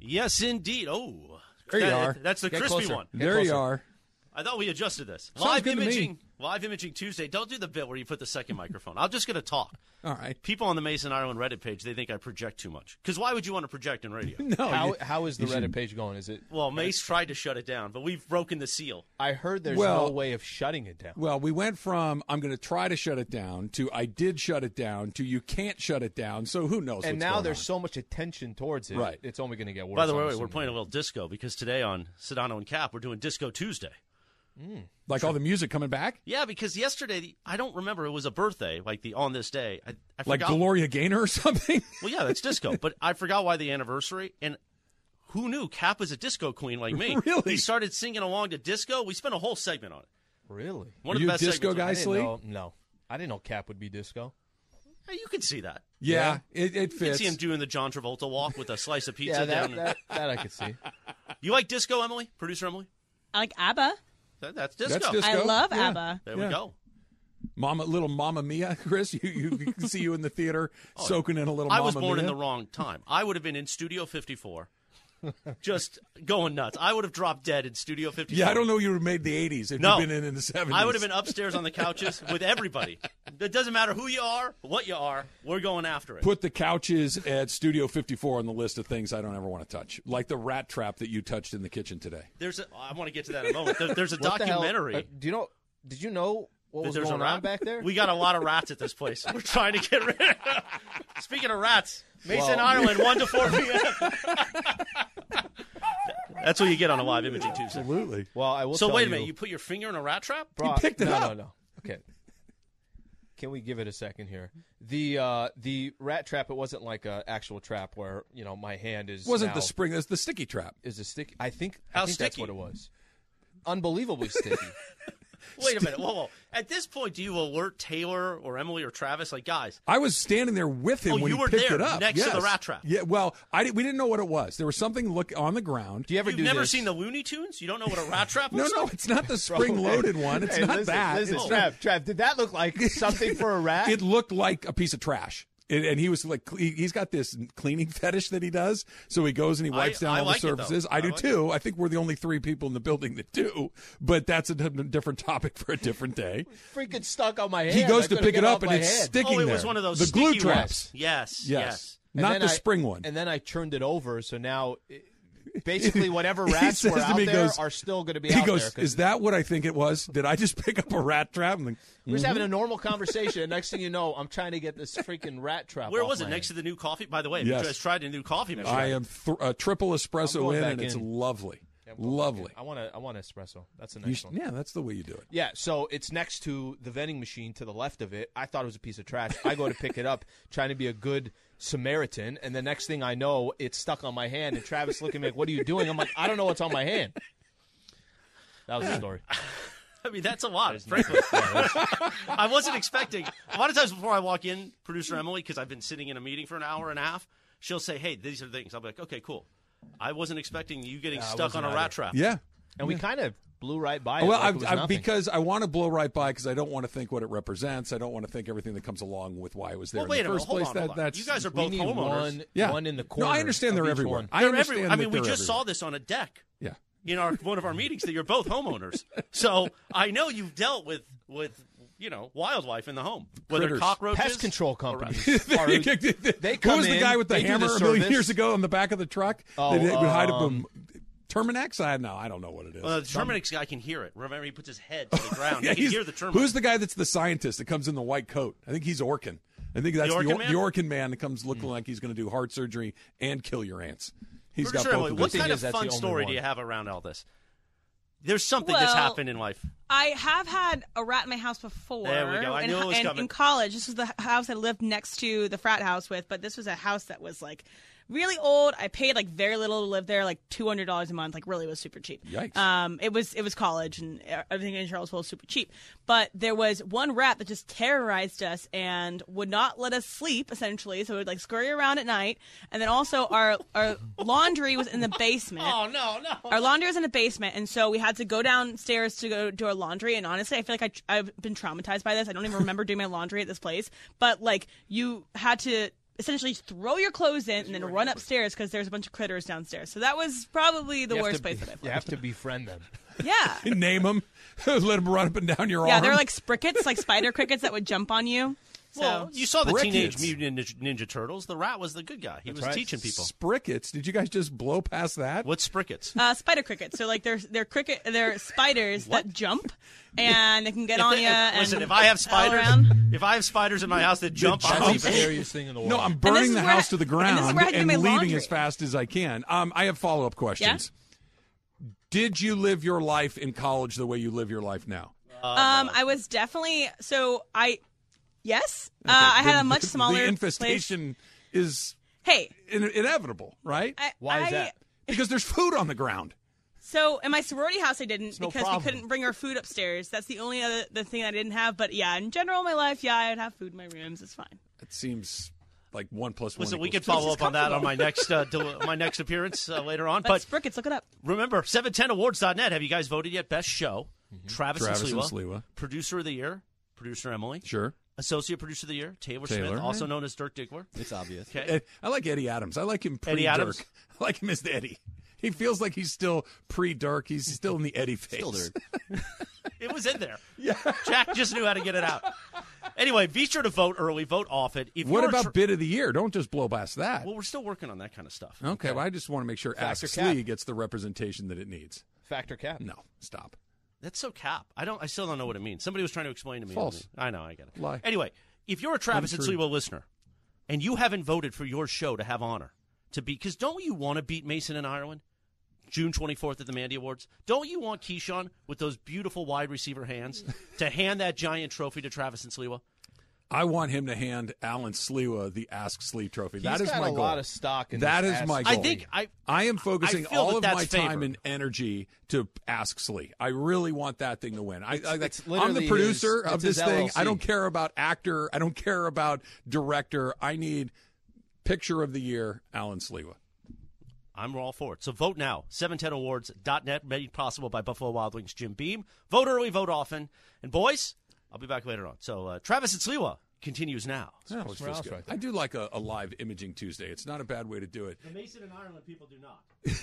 Yes, indeed. Oh, There you That- are. That's the Get crispy closer. one. Get closer. are. I thought we adjusted this. Sounds live good to me. imaging. Live imaging Tuesday. Don't do the bit where you put the second microphone. I'm just going to talk. All right. People on the Mason Ireland Reddit page, they think I project too much. Because why would you want to project in radio? No. How you- how is the Reddit page going? Is it? well, Mace tried to shut it down, but we've broken the seal. I heard there's Well- no way of shutting it down. well, we went from I'm going to try to shut it down to I did shut it down to you can't shut it down. So who knows? and what's now going there's on. so much attention towards it. Right. It's only going to get worse. By the way, I'm we're playing a assuming. little disco because today on Sedano and Cap, we're doing Disco Tuesday. like all the music coming back, Yeah, because yesterday, I don't remember, it was a birthday, like the on this day. I, I like forgot. Gloria Gaynor or something. Well, yeah, that's disco. but I forgot why the anniversary. And who knew Cap is a disco queen like me? Really? He started singing along to disco. We spent a whole segment on it. Really? One Were you of a the best disco segments. guy? I Isley? didn't know. No, I didn't know Cap would be disco. Hey, you can see that. yeah, it, it You can fits. see him doing the John Travolta walk with a slice of pizza yeah, down. that, that, that I could see. You like disco, Emily? Producer Emily? I like ABBA. That, that's disco. That's disco. I love Yeah. ABBA. There Yeah. we go. Mama, little Mama Mia, Chris. You, you, you can see you in the theater soaking in a little. Oh, I Mamma was born in Mia. the wrong time. I would have been in Studio 54, just going nuts. I would have dropped dead in Studio 54. Yeah, I don't know. You were made the '80s. If No. you've been in in the '70s, I would have been upstairs on the couches with everybody. It doesn't matter who you are, what you are. We're going after it. Put the couches at Studio 54 on the list of things I don't ever want to touch, like the rat trap that you touched in the kitchen today. There's a, I want to get to that in a moment. There- there's a What the hell- documentary. uh, do you know? Did you know what that was there's going a rat on back there? We got a lot of rats at this place. We're trying to get rid of Speaking of rats, Mason Well- Ireland, 1 to 4 p.m. That's what you get on a live imaging Tuesday. Absolutely. well, I will. So tell wait a you, minute, you put your finger in a rat trap? Bro, picked it no, up. No, no, Okay. Can we give it a second here? The uh, the rat trap. It wasn't like a actual trap where you know my hand is. It wasn't the now- spring, that's the sticky trap. Is a stick? I think. How I think That's sticky? what it was. Unbelievably sticky. Wait a minute, whoa, whoa. At this point, do you alert Taylor or Emily or Travis? Like, guys, I was standing there with him Oh, when you he were picked there, it up. next to the Yes. rat trap. Yeah, well, I di- we didn't know what it was. There was something look on the ground. Do you ever you've do never this? seen the Looney Tunes? You don't know what a rat trap no, looks no, like? it's not the spring-loaded one. It's Hey, not listen, that. Listen, It's not- Trav, Trav, did that look like something for a rat? It looked like a piece of trash. And- and he was like, cle- he- he's got this cleaning fetish that he does. So he goes and he I- wipes down I all like it, the though. surfaces. I, I do like it. too. I think we're the only three people in the building that do. But that's a d- different topic for a different day. freaking stuck on my hand. he I goes to couldn't pick get it off up and my it's hand. sticking Oh, it there. was one of those the glue sticky traps. ones. Yes, Yes. yes. And Not then the I- spring one. And then I turned it over, so now it- basically whatever rats says were to out me, he there goes- are still going to be he out goes, there. "Is that what I think it was? Did I just pick up a rat trap?" And like, "Mm, we're just Hmm?" having a normal conversation, and next thing you know, I'm trying to get this freaking rat trap. Where off was my it? Next to hand. the new coffee? By the way, Yes. you guys tried a new coffee machine. I am th- a triple I'm espresso going in, back and it's in. lovely, lovely. I want to. I want an espresso. That's the You next sh- one. yeah, that's the way you do it. Yeah, so it's next to the vending machine to the left of it. I thought it was a piece of trash. I go to pick it up, trying to be a good Samaritan, and the next thing I know, it's stuck on my hand. And Travis looking at me like, "What are you doing?" I'm like, "I don't know what's on my hand." That was the story. I mean, that's a lot, frankly. I wasn't expecting. A lot of times before I walk in, producer Emily, because I've been sitting in a meeting for an hour and a half, she'll say, "Hey, these are things." I'll be like, "Okay, cool." I wasn't expecting you getting Yeah, I stuck on wasn't a either. rat trap. Yeah. And we kind of blew right by. it Well, like it I've, was I've- nothing. because I want to blow right by because I don't want to think what it represents. I don't want to think everything that comes along with why it was there Well, wait in a the minute. first Hold place. on, that, hold on. That's You guys are we both need homeowners. one, yeah. one in the No, corner. I understand of they're each everywhere. one. I They're understand. every- that I mean, we they're just saw everywhere. this on a deck Yeah. in our one of our meetings that you're both homeowners. So I know you've dealt with with you know wildlife in the home, whether Critters. cockroaches, Pest control companies. are- they they come Who was the in, guy with the they do hammer the a million service. years ago on the back of the truck? Oh, they, they would hide um, a Terminex? I no, I don't know what it is. Uh, the Terminix guy can hear it. Remember, he puts his head to the ground. Yeah, he can he's- hear the Terminix. Who's the guy that's the scientist that comes in the white coat? I think he's Orkin. I think that's the Orkin Or- man? the Orkin man that comes looking like he's going to do heart surgery and kill your ants. He's Producer got both Emily, of what those. kind Thing of is, that's fun the only story do one. you have around all this? There's something that's Well, happened in life. I have had a rat in my house before. There we go. I in, knew it was in- coming. in college, this was the house I lived next to the frat house with, but this was a house that was like really old. I paid like very little to live there, like two hundred dollars a month. Like really was super cheap. Yikes. Um, it was it was college and e-, everything in Charlottesville was super cheap. But there was one rat that just terrorized us and would not let us sleep. Essentially, so it would like scurry around at night. And then also our our laundry was in the basement. Oh no, no. Our laundry was in the basement, and so we had to go downstairs to go do our laundry. And honestly, I feel like I, tr- I've been traumatized by this. I don't even remember doing my laundry at this place, but like you had to essentially throw your clothes in and then run upstairs because there's a bunch of critters downstairs. So that was probably the You have worst to place be- that I've You lived. have to befriend them. Yeah. Name them. Let them run up and down your Yeah, arm. they're like sprickets, like spider crickets that would jump on you. So Well, you saw the Sprickets. Teenage Mutant Ninja, Ninja Turtles. The rat was the good guy. He was right. teaching people. sprickets. Did you guys just blow past that? What's sprickets? uh, spider crickets. So like they're they're cricket they're spiders that jump and they can get on you. And Listen, if I have all spiders, around. if I have spiders in my house that jump, on jump. That's the people, scariest thing in the world. No, I'm this burning is the where I- house to the and ground this is and, where I had to do my leaving laundry. as fast as I can. Um, I have follow up questions. Did you live your life in college the way you live your life now? Um, I was definitely so I. Yes, uh, I had a much smaller The place. infestation is Hey, in- inevitable, right? I, Why I, is that? because there's food on the ground. So in my sorority house, I didn't no because problem. we couldn't bring our food upstairs. That's the only other the thing I didn't have. But yeah, in general, my life, yeah, I'd have food in my rooms. It's fine. It seems like one plus one. listen, we can equals follow up on that on my next uh, del- my next appearance uh, later on. But But Sprickets, look it up. remember, 710awards.net. Have you guys voted yet? Best show. Travis, Mm-hmm. Travis and and Sliwa, Sliwa. producer of the year, producer Emily, two. Sure. associate producer of the year, Taylor, Taylor. Smith, also known as Dirk Diggler. It's obvious. Okay. Eh, I like Eddie Adams. I like him pre Eddie Adams? Dirk. I like him as the Eddie. He feels like he's still pre Dirk. He's still in the Eddie phase. Still dirt. It was in there. Yeah. Jack just knew how to get it out. Anyway, be sure to vote early. Vote often. If What you're about tr- bid of the year? Don't just blow past that. well, we're still working on that kind of stuff. okay, well, I just want to make sure Ask Factor Slee cap. gets the representation that it needs. Factor cap. No, stop. That's so cap. I don't. I still don't know what it means. Somebody was trying to explain to me. False. I know. I get it. Lie. Anyway, if you're a Travis and Untrue. Sliwa listener, and you haven't voted for your show to have honor to be, because don't you want to beat Mason in Ireland, June 24th at the Mandy Awards? Don't you want Keyshawn with those beautiful wide receiver hands to hand that giant trophy to Travis and Sliwa? I want him to hand Alan Sliwa the Ask Slee trophy. that He's is got my a goal. lot of stock in That this is Ask my Slee. goal. I think I. I am focusing I feel all that of that's my time favored. and energy to ask Slee. I really want that thing to win. I, I, it's I'm literally the producer his- of it's this his thing. I LLC. don't care about actor. I don't care about director. I need picture of the year, Alan Slewa. I'm all for it. So vote now. 710awards.net, made possible by Buffalo Wild Wings Jim Beam. Vote early, vote often. And boys, I'll be back later on. So uh, Travis and Sliwa continues now. That always feels Morales good. right I do like a, a live imaging Tuesday. It's not a bad way to do it. The Mason and Ireland people do not.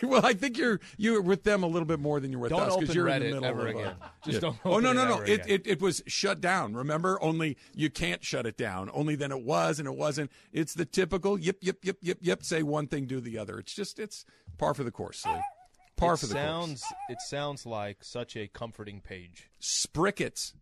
Well, I think you're you're with them a little bit more than you're with Don't us open you're in Reddit the middle ever of a- again. Just Yeah. don't Oh no open no it no! ever It, again. it it was shut down. Remember, only you can't shut it down. Only then it was and it wasn't. It's the typical yip yip yip yip yip. Say one thing, do the other. It's just it's par for the course. Lee. Par it for the course. sounds it sounds like such a comforting page. Sprickets.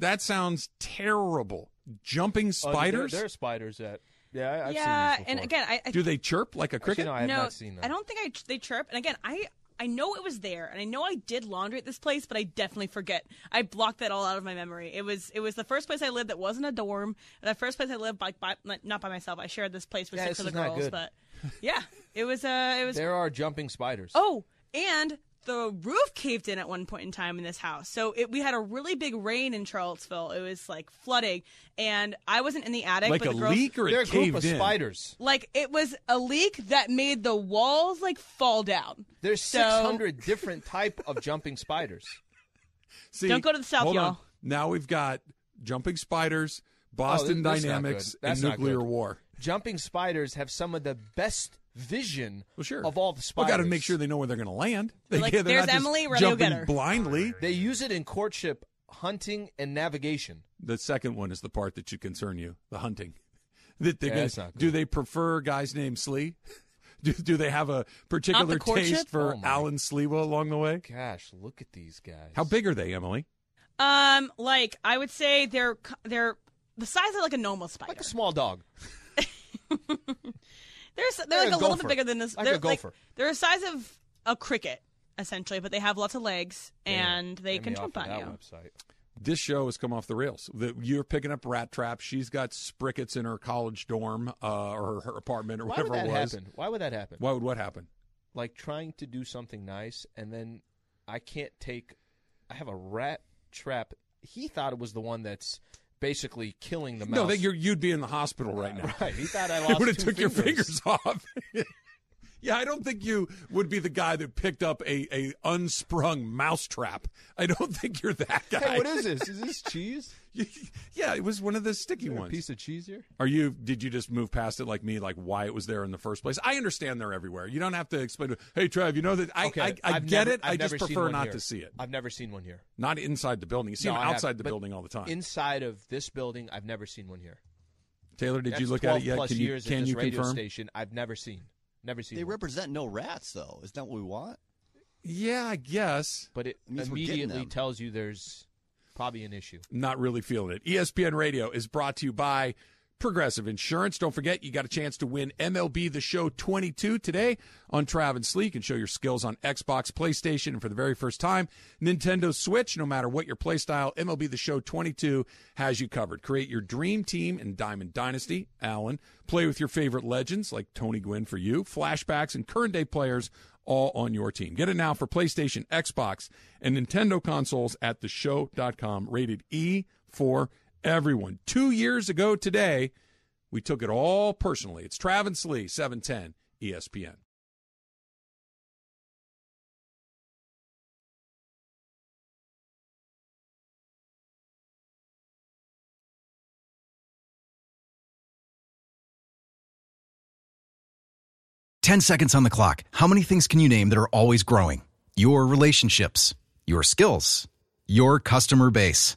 That sounds terrible. Jumping Oh, spiders. there, there are spiders that. Yeah, I- I've yeah, seen these and before. again, I, I do they chirp like a Actually, cricket? no, I have no, not seen that. I don't think I they chirp. And again, I I know it was there, and I know I did laundry at this place, but I definitely forget. I blocked that all out of my memory. It was it was the first place I lived that wasn't a dorm. The first place I lived by, by not by myself. I shared this place with Yeah, six this other is not girls, good. but yeah, it was uh it was There are jumping spiders. Oh, and the roof caved in at one point in time in this house. So it, we had a really big rain in Charlottesville. It was like flooding, and I wasn't in the attic. like but a the girls, leak or They're a it caved group of in? spiders. Like it was a leak that made the walls like fall down. There's So- 600 different type of jumping spiders. See, Don't go to the south, hold on. y'all. Now we've got jumping spiders, Boston Oh, that's not good. Dynamics, and That's not nuclear good. war. Jumping spiders have some of the best vision Well, sure. of all the spiders. We got to make sure they know where they're going to land. They, Like, they're there's not just Emily, where they'll jumping get her. blindly. They use it in courtship, hunting, and navigation. The second one is the part that should concern you: the hunting. That they're Yeah, gonna- that's not do good. they prefer guys named Slee? Do, do they have a particular taste courtship? for Oh, my. Alan Sleewa along the way? Gosh, look at these guys. How big are they, Emily? Um, like I would say they're c- they're the size of like a normal spider. Like a small dog. they're s- they're like like a a little gopher. bit bigger than this. Like a they're gopher. they're the size of a cricket essentially, but they have lots of legs Yeah. and they Get can me jump off on of that you. Website. this show has come off the rails. The, you're picking up Rat Trap. She's got sprickets in her college dorm uh, or her apartment or Why whatever would that it was. happen? Why would that happen? Why would what happen? Like trying to do something nice, and then I can't take. I have a rat trap. He thought it was the one that's basically killing the mouse. No, that you're, you'd be in the hospital right now. right. He thought I They lost. would have two took your fingers off. yeah, I don't think you would be the guy that picked up a, a unsprung mousetrap. I don't think you're that guy. Hey, what is this? Is this cheese? yeah, it was one of the sticky Is there a ones. piece of cheese here? Are you? Did you just move past it like me? Like why it was there in the first place? I understand they're everywhere. You don't have to explain. To, hey, Trev, you know that I I, I I've get never- it. I've I just never seen prefer one not here. to see it. I've never seen one here. Not inside the building. You see No, them I haven't. outside the But building all the time. Inside of this building, I've never seen one here. Taylor, did That's you look 12 at it yet? Plus can you, years at can this you radio confirm? station, I've never seen, never seen. They one. represent no rats, though. Isn't that what we want? Yeah, I guess. but it It means we're getting immediately them. tells you there's probably an issue. not really feeling it. E ESPN Radio is brought to you by Progressive Insurance. Don't forget, you got a chance to win MLB The Show 22 today on Trav and Sleek and show your skills on Xbox, PlayStation, and for the very first time, Nintendo Switch. No matter what your playstyle, MLB The Show 22 has you covered. Create your dream team in Diamond Dynasty, Allen. Play with your favorite legends like Tony Gwynn for you, flashbacks, and current day players all on your team. Get it now for PlayStation, Xbox, and Nintendo consoles at theshow.com, rated E for everyone. Two years ago today, we took it all personally. It's Travis Lee, E 710 ESPN. Ten seconds on the clock. How many things can you name that are always growing? Your relationships, your skills, your customer base.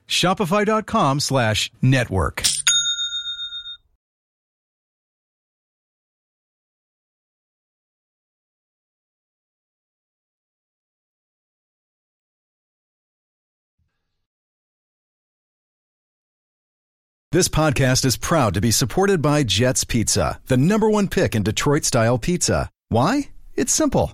Shopify.com slash network. This podcast is proud to be supported by Jets Pizza, the number one pick in Detroit style pizza. Why? It's simple.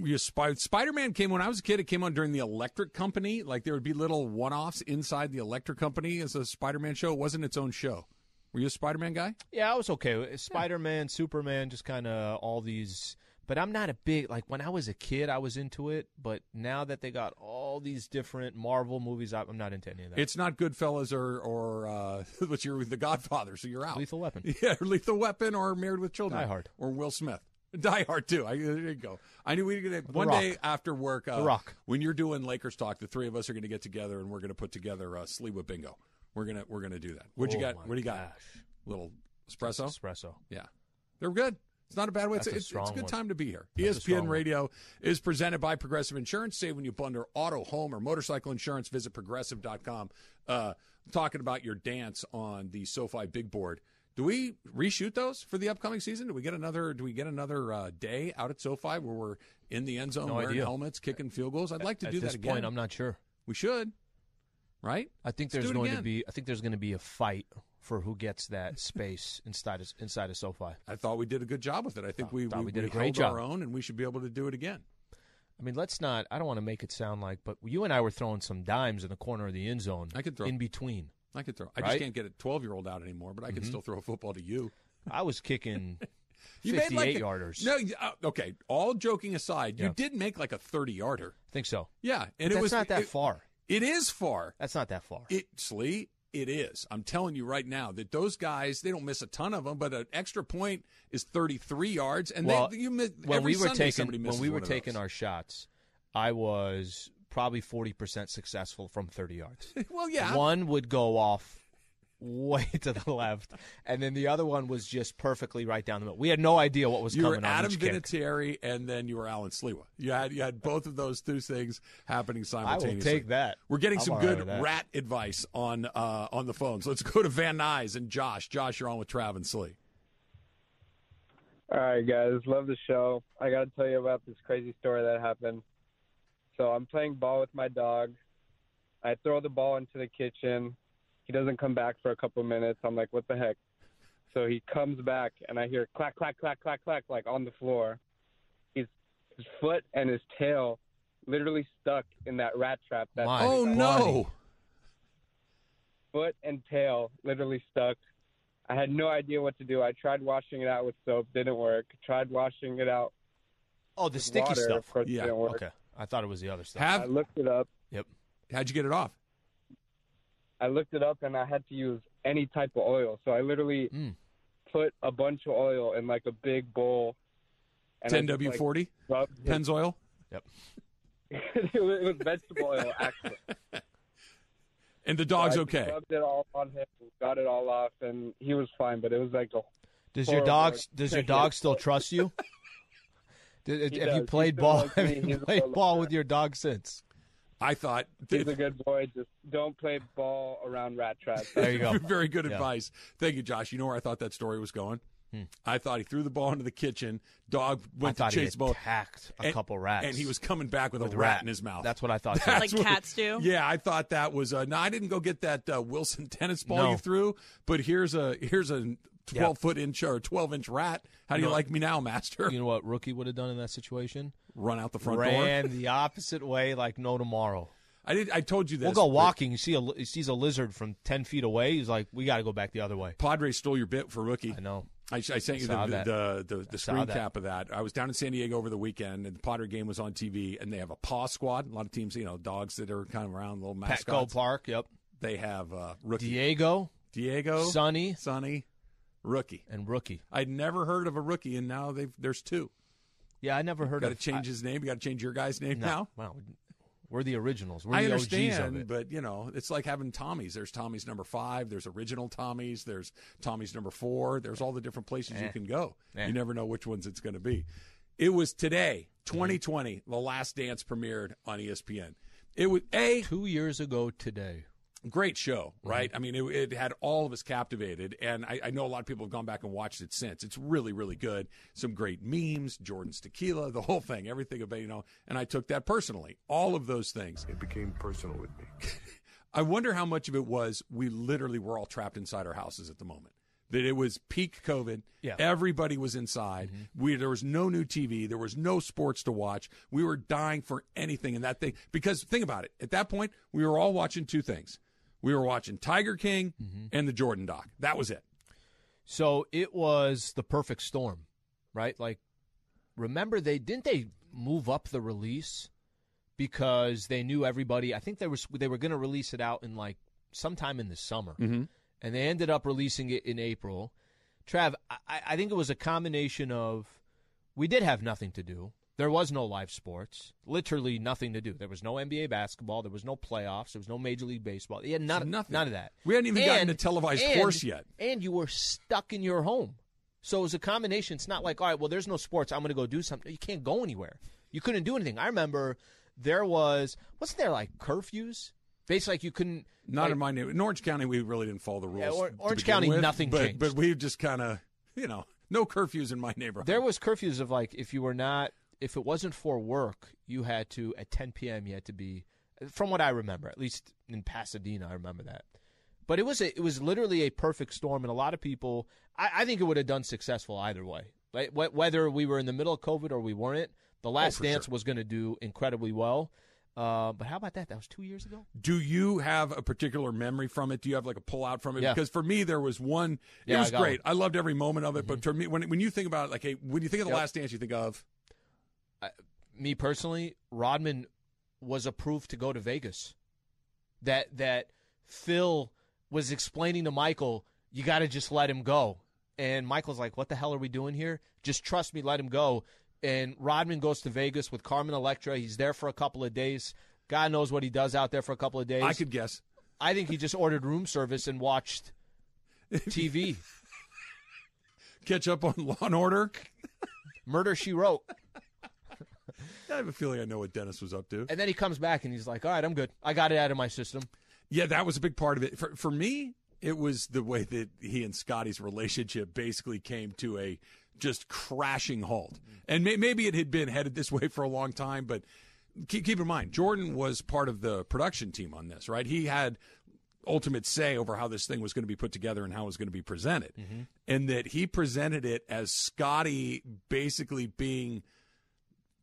You spy- Spider-Man came when I was a kid. It came on during the Electric Company. Like there would be little one-offs inside the Electric Company as a Spider-Man show. It wasn't its own show. Were you a Spider-Man guy? Yeah, I was okay. with it. Spider-Man, Superman, just kind of all these. But I'm not a big like when I was a kid, I was into it. But now that they got all these different Marvel movies, I- I'm not into any of that. It's not Goodfellas or or uh, what's your The Godfather, so you're out. Lethal Weapon. yeah, or Lethal Weapon or Married with Children. Die Hard. or Will Smith. Die Hard too. I, there you go. I knew we were gonna one Rock. day after work. Uh, The Rock. When you're doing Lakers talk, the three of us are gonna get together and we're gonna put together uh, Sliwa Bingo. We're gonna we're gonna do that. What you Oh got? my What do you got? gosh. Little espresso. Espresso. Yeah. They're good. It's not a bad way. It's, That's a it's, strong it's a good one. time to be here. E That's a strong ESPN one. Radio is presented by Progressive Insurance. Save when you bundle auto, home, or motorcycle insurance. Visit progressive.com. Uh, talking about your dance on the SoFi big board. Do we reshoot those for the upcoming season? Do we get another? Do we get another uh, day out at SoFi where we're in the end zone, No wearing idea. helmets, kicking field goals? I'd like to At do this that again. point, I'm not sure. we should, right? I think Let's there's do it going to again. be. I think there's going to be a fight for who gets that space inside of, inside of SoFi. I thought we did a good job with it. I think Oh, we, thought we we did a we great held job. our own, and we should be able to do it again. I mean, let's not. I don't want to make it sound like, but you and I were throwing some dimes in the corner of the end zone. I could throw- in between. I can throw. I just Right? Mm-hmm. can't get a 12 year old out anymore, but I can still throw a football to you. I was kicking You 58 a- yarders. No, you- uh, okay. All joking aside, you Yeah. did make like a 30 yarder. I think so. Yeah, and That's it was not that it- far. It is far. That's not that far. It Slee, it is. I'm telling you right now that those guys they don't miss a ton of them, but an extra point is 33 yards, and well, they, you miss when every we were Sunday somebody taking misses when we were one of taking those. our shots, I was probably forty percent successful from thirty yards. well, yeah, One would go off way to the left, and then the other one was just perfectly right down the middle. We had no idea what was you were coming on Adam each kick. Vinatieri, and then you were Alan Slewa. You had you had both of those two things happening I will simultaneously. take that. We're getting I'm some all right good with that. rat advice on uh, on the phones. Let's go to Van Nuys and Josh. Josh, you're on with Trav and Slee. All right, guys. Love the show. I got to tell you about this crazy story that happened. So I'm playing ball with my dog. I throw the ball into the kitchen. He doesn't come back for a couple minutes. I'm like, what the heck? So he comes back, and I hear clack, clack, clack, clack, clack, like on the floor. His, his foot and his tail literally stuck in that rat trap. That My. Oh Bonnie. no! foot and tail literally stuck. I had no idea what to do. I tried washing it out with soap, didn't work. Tried washing it out Oh, the sticky water, stuff. Of course, Yeah, didn't work. Okay, I thought it was the other stuff. I Have looked it up. yep. how'd you get it off? I looked it up, and I had to use any type of oil. So I literally Mm. put a bunch of oil in like a big bowl. and I 10 just, like, W40 rubbed it. Pennzoil. it was it was vegetable oil, actually. And the dog's So I just okay. Rubbed it all on him, got it all off, and he was fine. But it was like a Does your Horrible. dog does your dog still trust you? Did, have does. He you played still ball? loves me. Have you He's a played lover. ball with your dog since? I thought he's a good boy. Just don't play ball around rat traps. There you go. very good Yeah. Hmm. advice. Thank you, Josh. You know where I thought that story was going? I thought he threw the ball into the kitchen. Dog I went thought to he chase the ball. attacked a and- couple rats, and he was coming back with, with a rat, in his mouth. That's what I thought. too. Like That's what- cats do? Yeah, I thought that was. Uh, no, I didn't go get that uh, Wilson tennis ball No. you threw. But here's a here's a twelve foot inch or twelve inch rat. How do you like me now, Master? you know what rookie would have done in that situation? Run out the front door. Ran the opposite way, like no tomorrow. I did. I told you this. We'll go but walking. You see a li- he sees a lizard from ten feet away. He's like, we got to go back the other way. Padres stole your bit for rookie. I know. I, I sent you the, Saw that. the, the, the, the saw screen that. cap of that. I was down in San Diego over the weekend, and the Potter game was on TV, and they have a paw squad. A lot of teams, you know, dogs that are kind of around, little Petco mascots. Park. Yep. They have uh, rookie Diego, Diego, Sonny, Sonny, rookie. and rookie. I'd never heard of a rookie, and now they've, there's two. Yeah, I never heard Got to of. change his name. You got to change your guy's name I, no, now. wow, we're the originals. We're I the OGs of understand, it. but you know, it's like having Tommy's. There's Tommy's number five. There's original Tommy's. There's Tommy's number four. There's all the different places Eh. you can go. You never know which ones it's going to be. It was today, Mm-hmm. 2020. The Last Dance premiered on E ESPN. It was a Two years ago today. great show, right? I mean, it, it had all of us captivated, and I, I know a lot of people have gone back and watched it since. It's really, really good. Some great memes, Jordan's tequila, the whole thing, everything about you know. And I took that personally. All of those things. It became personal with me. I wonder how much of it was we literally were all trapped inside our houses at the moment. That it was peak COVID. Yeah. Mm-hmm. Everybody was inside. We there was no new TV. There was no sports to watch. We were dying for anything and that thing because think about it. At that point, we were all watching two things. We were watching Tiger King Mm-hmm. and the Jordan doc. That was it. So it was the perfect storm, right? Like, remember they didn't they move up the release because they knew everybody. I think they were they were going to release it out in like sometime in the summer, Mm-hmm. and they ended up releasing it in April. Trav, I, I think it was a combination of we did have nothing to do. There was no live sports, literally nothing to do. There was no NBA basketball. There was no playoffs. There was no Major League Baseball. Yeah, none, Nothing. none of that. We hadn't even gotten And- a televised course yet. And you were stuck in your home. So it was a combination. It's not like, all right, well, there's no sports. I'm going to go do something. You can't go anywhere. You couldn't do anything. I remember there was, wasn't there like curfews? Basically, like you couldn't. Not like, in my name. In Orange County, we really didn't follow the rules. Yeah, Or- to Orange begin County, with, nothing but, changed. But we've just kind of, you know, no curfews in my neighborhood. There was curfews of like, if you were not, if it wasn't for work, you had to, at 10 p.m., you had to be, from what I remember, at least in Pasadena, I remember that. But it was a, it was literally a perfect storm, and a lot of people. I, I think it would have done successful either way. Like wh- whether we were in the middle of COVID or we weren't, the Last Oh, for Dance sure. was going to do incredibly well. Uh, but how about that? That was two years ago. Do you have a particular memory from it? Do you have like a pullout from it? Yeah. Because for me, there was one. It Yeah, I was got Mm-hmm. great. I loved every moment of it. But for me, when when you think about it, like, hey, when you think of the Yep. Last Dance, you think of me personally, Rodman was approved to go to Vegas. That that Phil was explaining to Michael, you got to just let him go. And Michael's like, "What the hell are we doing here? Just trust me, let him go." And Rodman goes to Vegas with Carmen Electra. He's there for a couple of days. God knows what he does out there for a couple of days. I could guess. I think he just ordered room service and watched TV. Catch up on Law and Order. Murder She Wrote. I have a feeling I know what Dennis was up to. And then he comes back and he's like, "All right, I'm good. I got it out of my system." Yeah, that was a big part of it. For, for me, it was the way that he and Scotty's relationship basically came to a just crashing halt. And may, maybe it had been headed this way for a long time, but keep, keep in mind, Jordan was part of the production team on this, right? He had ultimate say over how this thing was going to be put together and how it was going to be presented. And that he presented it as Scotty basically being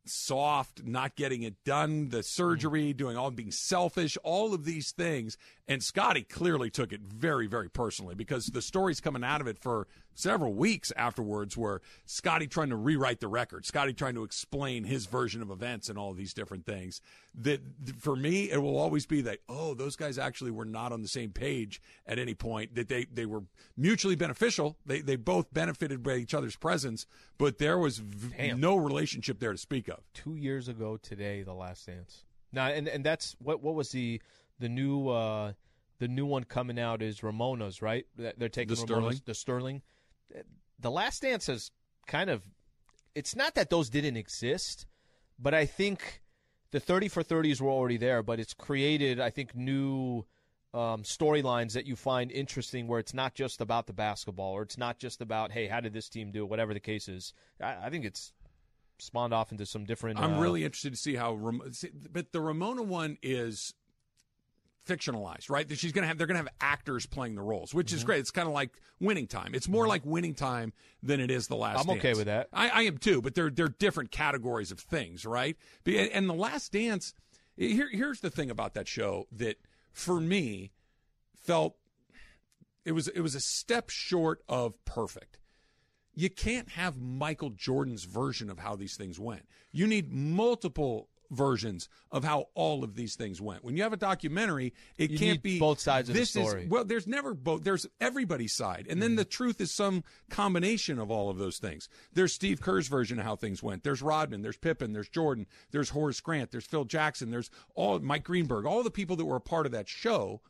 soft, not getting it done, the surgery, doing all being selfish, all of these things. And Scotty clearly took it very, very personally because the stories coming out of it for several weeks afterwards were Scotty trying to rewrite the record, Scotty trying to explain his version of events and all of these different things. That th- for me, it will always be that, oh, those guys actually were not on the same page at any point, that they, they were mutually beneficial. They, they both benefited by each other's presence, but there was v- Damn. no relationship there to speak of. two years ago today, The Last Dance. Now, and and that's what what was the the new uh the new one coming out is Ramona's, right? That- They're taking The Ramona's, Sterling? the Sterling. The Last Dance has kind of. It's not that those didn't exist, but I think the thirty for thirties were already there. But it's created, I think, new. Um, storylines that you find interesting, where it's not just about the basketball, or it's not just about hey, how did this team do? Whatever the case is, I, I think it's spawned off into some different. I'm uh, really interested to see how, Ram- see, but the Ramona one is fictionalized, right? That she's gonna have, they're gonna have actors playing the roles, which Mm-hmm. is great. It's kind of like Winning Time. It's more like Winning Time than it is The Last. I'm okay Dance. with that. I, I am too, but they're they're different categories of things, right? Be- And, and The Last Dance. Here, here's the thing about that show that for me felt it was it was a step short of perfect you can't have Michael Jordan's version of how these things went. You need multiple versions of how all of these things went. When you have a documentary, it You can't need be both sides of the this story. Mm-hmm. Is, well, there's never both. There's everybody's side, and then the truth is some combination of all of those things. There's Steve Kerr's version of how things went. There's Rodman. There's Pippen. There's Jordan. There's Horace Grant. There's Phil Jackson. There's all Mike Greenberg. All the people that were a part of that show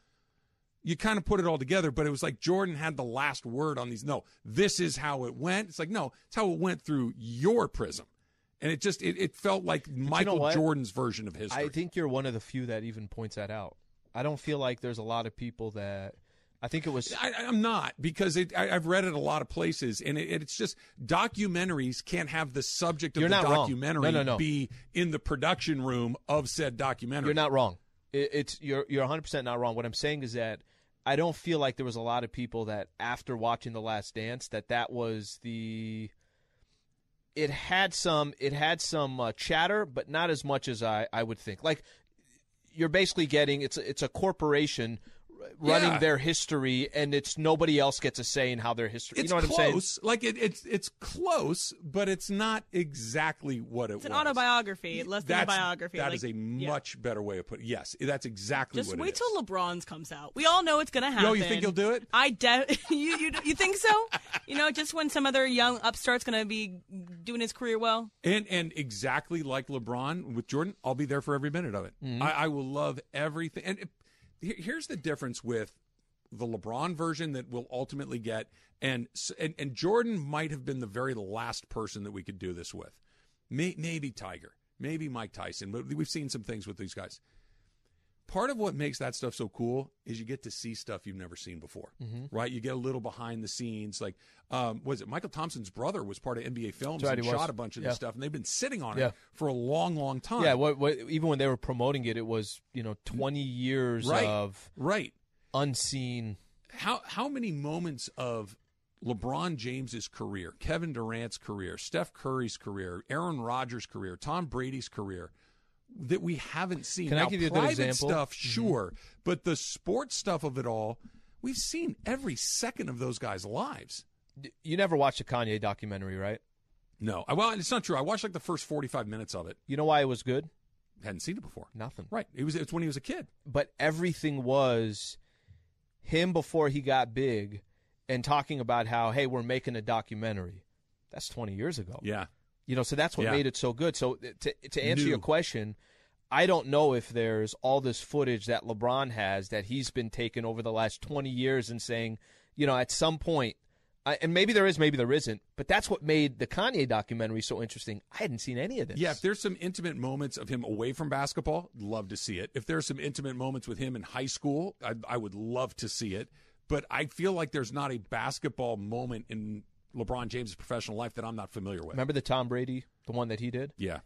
you kind of put it all together, but it was like Jordan had the last word on these. No, this is how it went. It's like, no, it's how it went through your prism. And it just, it, it felt like Michael what? Jordan's version of history. I think you're one of the few that even points that out. I don't feel like there's a lot of people that. I think it was. I, I- I'm not because it, I, I've read it a lot of places, and it, it's just documentaries can't have the subject of You're the not wrong. documentary No, no, no. be in the production room of said documentary. You're not wrong. It, it's you're you're 100 percent not wrong. What I'm saying is that I don't feel like there was a lot of people that after watching The Last Dance that that was the. It had some it had some uh, chatter, but not as much as I I would think. Like you're basically getting it's a- it's a corporation r- running Yeah. their history, and it's nobody else gets a say in how their history. It's you know what close. I'm saying? Like it, it's it's close, but it's not exactly what it It's was. an autobiography, less than a That's- biography. That like- is a yeah. much better way of putting. Yes, that's exactly Just what. wait it till is. LeBron's comes out. We all know it's gonna happen. Yo, you think he'll do it? I de- you, you you think so? you know, just when some other young upstart's gonna be doing his career well. and and exactly like LeBron with Jordan, I'll be there for every minute of it. Mm-hmm. I, I will love everything. And it, here- here's the difference with the LeBron version that we'll ultimately get, and s- and and Jordan might have been the very last person that we could do this with. May, maybe Tiger, maybe Mike Tyson, but we've seen some things with these guys. part of what makes that stuff so cool is you get to see stuff you've never seen before, Mm-hmm. right? You get a little behind the scenes. Like, um, was it Michael Thompson's brother was part of NBA Films That's right, and he was. shot a bunch of Yeah. this stuff, and they've been sitting on Yeah. it for a long, long time. Yeah, what, what, even when they were promoting it, it was you know twenty years right, of right. unseen. how how many moments of LeBron James's career, Kevin Durant's career, Steph Curry's career, Aaron Rodgers' career, Tom Brady's career that we haven't seen. Can I Now, give you a good private example? Mm-hmm. stuff, sure, but the sports stuff of it all, we've seen every second of those guys' lives. D- You never watched a Kanye documentary, right? No, I, well, it's not true. I watched like the first forty-five minutes of it. You know why it was good? Hadn't seen it before. Nothing. Right? It was. It's when he was a kid. But everything was him before he got big and talking about how, hey, we're making a documentary. That's 20 years ago. Yeah. You know, so that's what Yeah. made it so good. So uh, to to answer New. your question, I don't know if there's all this footage that LeBron has that he's been taking over the last 20 years and saying, you know, at some point I, and maybe there is, maybe there isn't, but that's what made the Kanye documentary so interesting. I hadn't seen any of this. Yeah, if there's some intimate moments of him away from basketball, love to see it. If there's some intimate moments with him in high school, I, I would love to see it. But I feel like there's not a basketball moment in LeBron James' professional life that I'm not familiar with. Remember the Tom Brady, the one that he did? Yeah,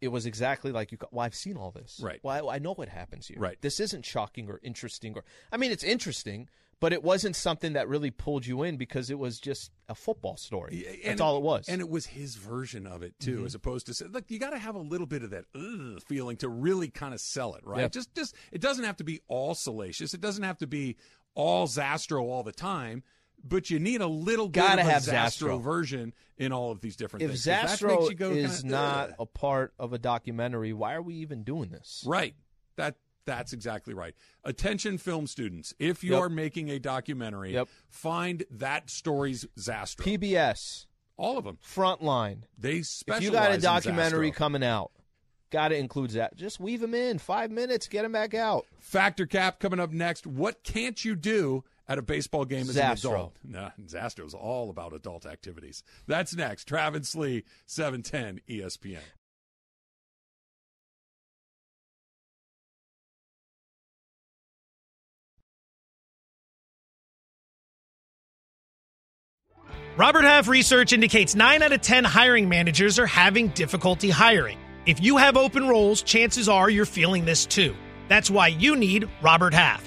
It was exactly like you. ca- Well, I've seen all this. Right. Well, I, I know what happens here. Right. This isn't shocking or interesting or. I mean, it's interesting, but it wasn't something that really pulled you in because it was just a football story. And That's all it was. Mm-hmm. And it was his version of it too, as opposed to say, look, you got to have a little bit of that "Ugh," feeling to really kind of sell it, right? Yeah. Just, just it doesn't have to be all salacious. It doesn't have to be all Zastro all the time. But you need a little Gotta bit of a have Zastro, Zastro. version in all of these different if things. 'Cause that makes you Zastro go is kinda, not "Ugh." a part of a documentary, why are we even doing this? Right. That that's exactly right. Attention film students, if you Yep. are making a documentary, Yep. find that story's Zastro. PBS, All of them. Frontline. They If specialize you got a in documentary Zastro. coming out, got to include that. Just weave them in. Five minutes, get them back out. Factor Cap coming up next. What can't you do at a baseball game as Zastro. an adult? Nah, Zastro's all about adult activities. That's next. Travis Lee, E 710 ESPN. Robert Half research indicates 9 out of 10 hiring managers are having difficulty hiring. If you have open roles, chances are you're feeling this too. That's why you need Robert Half.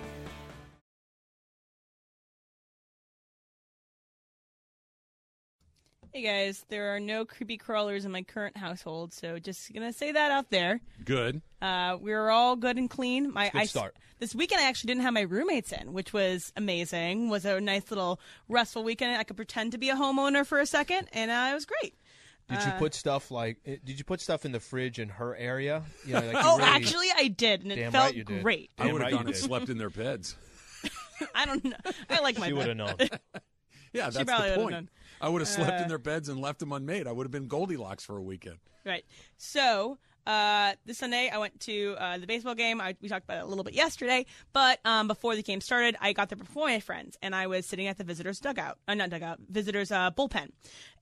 Hey guys, there are no creepy crawlers in my current household, so just gonna say that out there. Good. Uh, we were all good and clean. My a good I s- start. this weekend I actually didn't have my roommates in, which was amazing. Was a nice little restful weekend. I could pretend to be a homeowner for a second, and uh, it was great. Did Uh, you put stuff like? eh, Did you put stuff in the fridge in her area? You know, like you Oh, really- actually, I did, and it Damn felt right you did. great. I Damn would have right gone you and did. slept in their beds. I don't know. I like my. she would bed. have known. Yeah, that's probably the would've point. done. Uh, I would have slept in their beds and left them unmade. I would have been Goldilocks for a weekend. Right. So uh, this Sunday, I went to uh, the baseball game. I, we talked about it a little bit yesterday, but um, before the game started, I got there before my friends, and I was sitting at the visitors' dugout, uh, not dugout, visitors' uh, bullpen,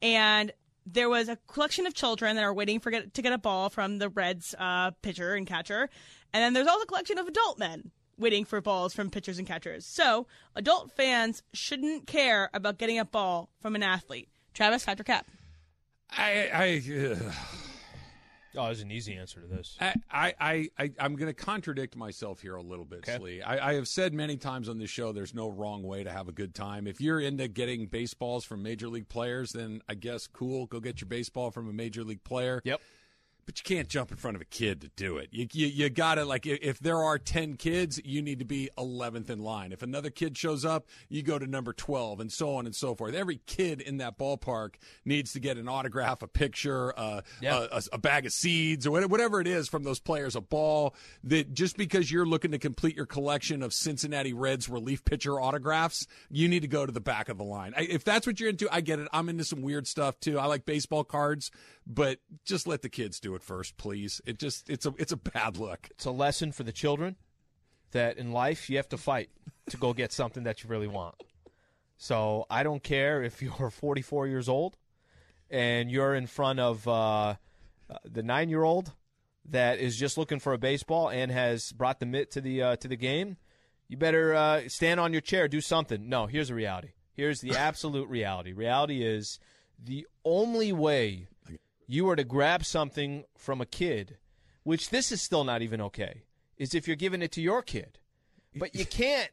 and there was a collection of children that are waiting for get, to get a ball from the Reds' uh, pitcher and catcher, and then there's also a collection of adult men waiting for balls from pitchers and catchers. So adult fans shouldn't care about getting a ball from an athlete. Travis, factor cap. I, I, ugh. Oh, there's an easy answer to this. I, I, I, I- I'm going to contradict myself here a little bit, Okay. Slee. I, I have said many times on this show there's no wrong way to have a good time. If you're into getting baseballs from major league players, then I guess cool, go get your baseball from a major league player. Yep. But you can't jump in front of a kid to do it. You, you, you got to, like, i- if there are 10 kids, you need to be 11th in line. If another kid shows up, you go to number 12, and so on and so forth. Every kid in that ballpark needs to get an autograph, a picture, uh, Yeah. a, a, a bag of seeds, or what- whatever it is from those players, a ball. That just because you're looking to complete your collection of Cincinnati Reds relief pitcher autographs, you need to go to the back of the line. I, if that's what you're into, I get it. I'm into some weird stuff too. I like baseball cards, but just let the kids do it first, please. It just it's a it's a bad look. It's a lesson for the children that in life you have to fight to go get something that you really want. So I don't care if you're 44 years old and you're in front of uh, the nine-year-old that is just looking for a baseball and has brought the mitt to the uh, to the game. You better uh, stand on your chair, do something. No, here's the reality. Here's the absolute reality. Reality is the only way you were to grab something from a kid, which this is still not even okay, is if you're giving it to your kid. But you can't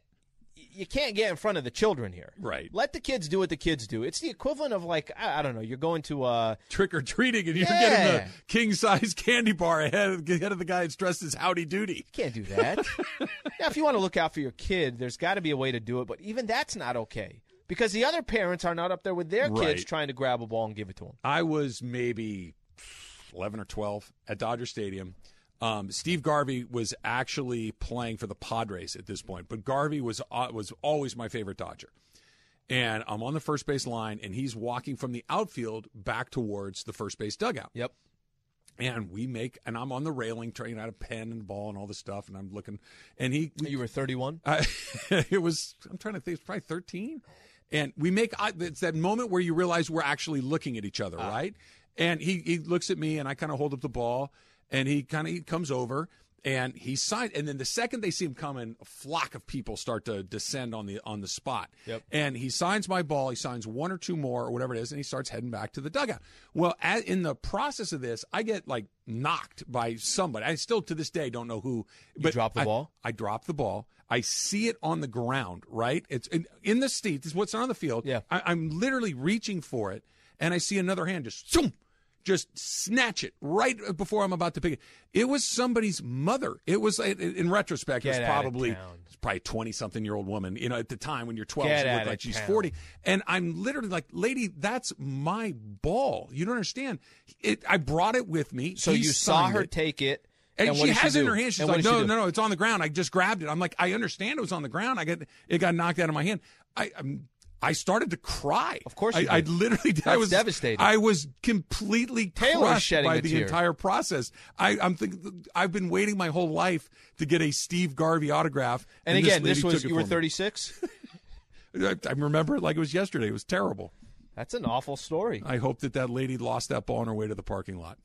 you can't get in front of the children here. Right. Let the kids do what the kids do. It's the equivalent of like I, I don't know, you're going to uh Trick or treating, and you're Yeah. getting the king size candy bar ahead of, ahead of the guy that's dressed as Howdy Doody. can't do that. now, if you want to look out for your kid, there's got to be a way to do it, but even that's not okay because the other parents are not up there with their kids Right. trying to grab a ball and give it to them. I was maybe 11 or 12 at Dodger Stadium. Um, Steve Garvey was actually playing for the Padres at this point, but Garvey was uh, was always my favorite Dodger. And I'm on the first base line, and he's walking from the outfield back towards the first base dugout. Yep. And we make, and I'm on the railing, trying out a pen and ball and all this stuff, and I'm looking, and he You were 31. I, it was, I'm trying to think, it's probably 13. And we make, eye- it's that moment where you realize we're actually looking at each other, Ah. right? And he, he looks at me and I kind of hold up the ball and he kind of he comes over and he signed. And then the second they see him coming, a flock of people start to descend on the, on the spot. Yep. And he signs my ball. He signs one or two more or whatever it is. And he starts heading back to the dugout. Well, a in the process of this, I get like knocked by somebody. I still to this day don't know who, but dropped the I- ball? I drop the ball. I see it on the ground, right? It's in, in the seat. This is what's on the field. Yeah. I, I'm literally reaching for it, and I see another hand just zoom, just snatch it right before I'm about to pick it. It was somebody's mother. It was, in- in retrospect, Get it was out of probably town. it's probably a 20 something year old woman. You know, at the time when you're 12, Get she out looked of like she's town. 40. And I'm literally like, lady, that's my ball. You don't understand. It, I brought it with me. So He you saw signed her it. take it. And, what she did has it in do? her hand. She's And what like, did she no, do? no, no, it's on the ground. I just grabbed it. I'm like, I understand it was on the ground. I got it got knocked out of my hand. I I'm, I started to cry. Of course I, you I did. literally. I That's was devastated. I was completely Taylor's crushed shedding by a the tear. entire process. I, I'm thinking I've been waiting my whole life to get a Steve Garvey autograph. And, again, this, lady was took it you were for 36. me. I, I remember it like it was yesterday. It was terrible. That's an awful story. I hope that that lady lost that ball on her way to the parking lot.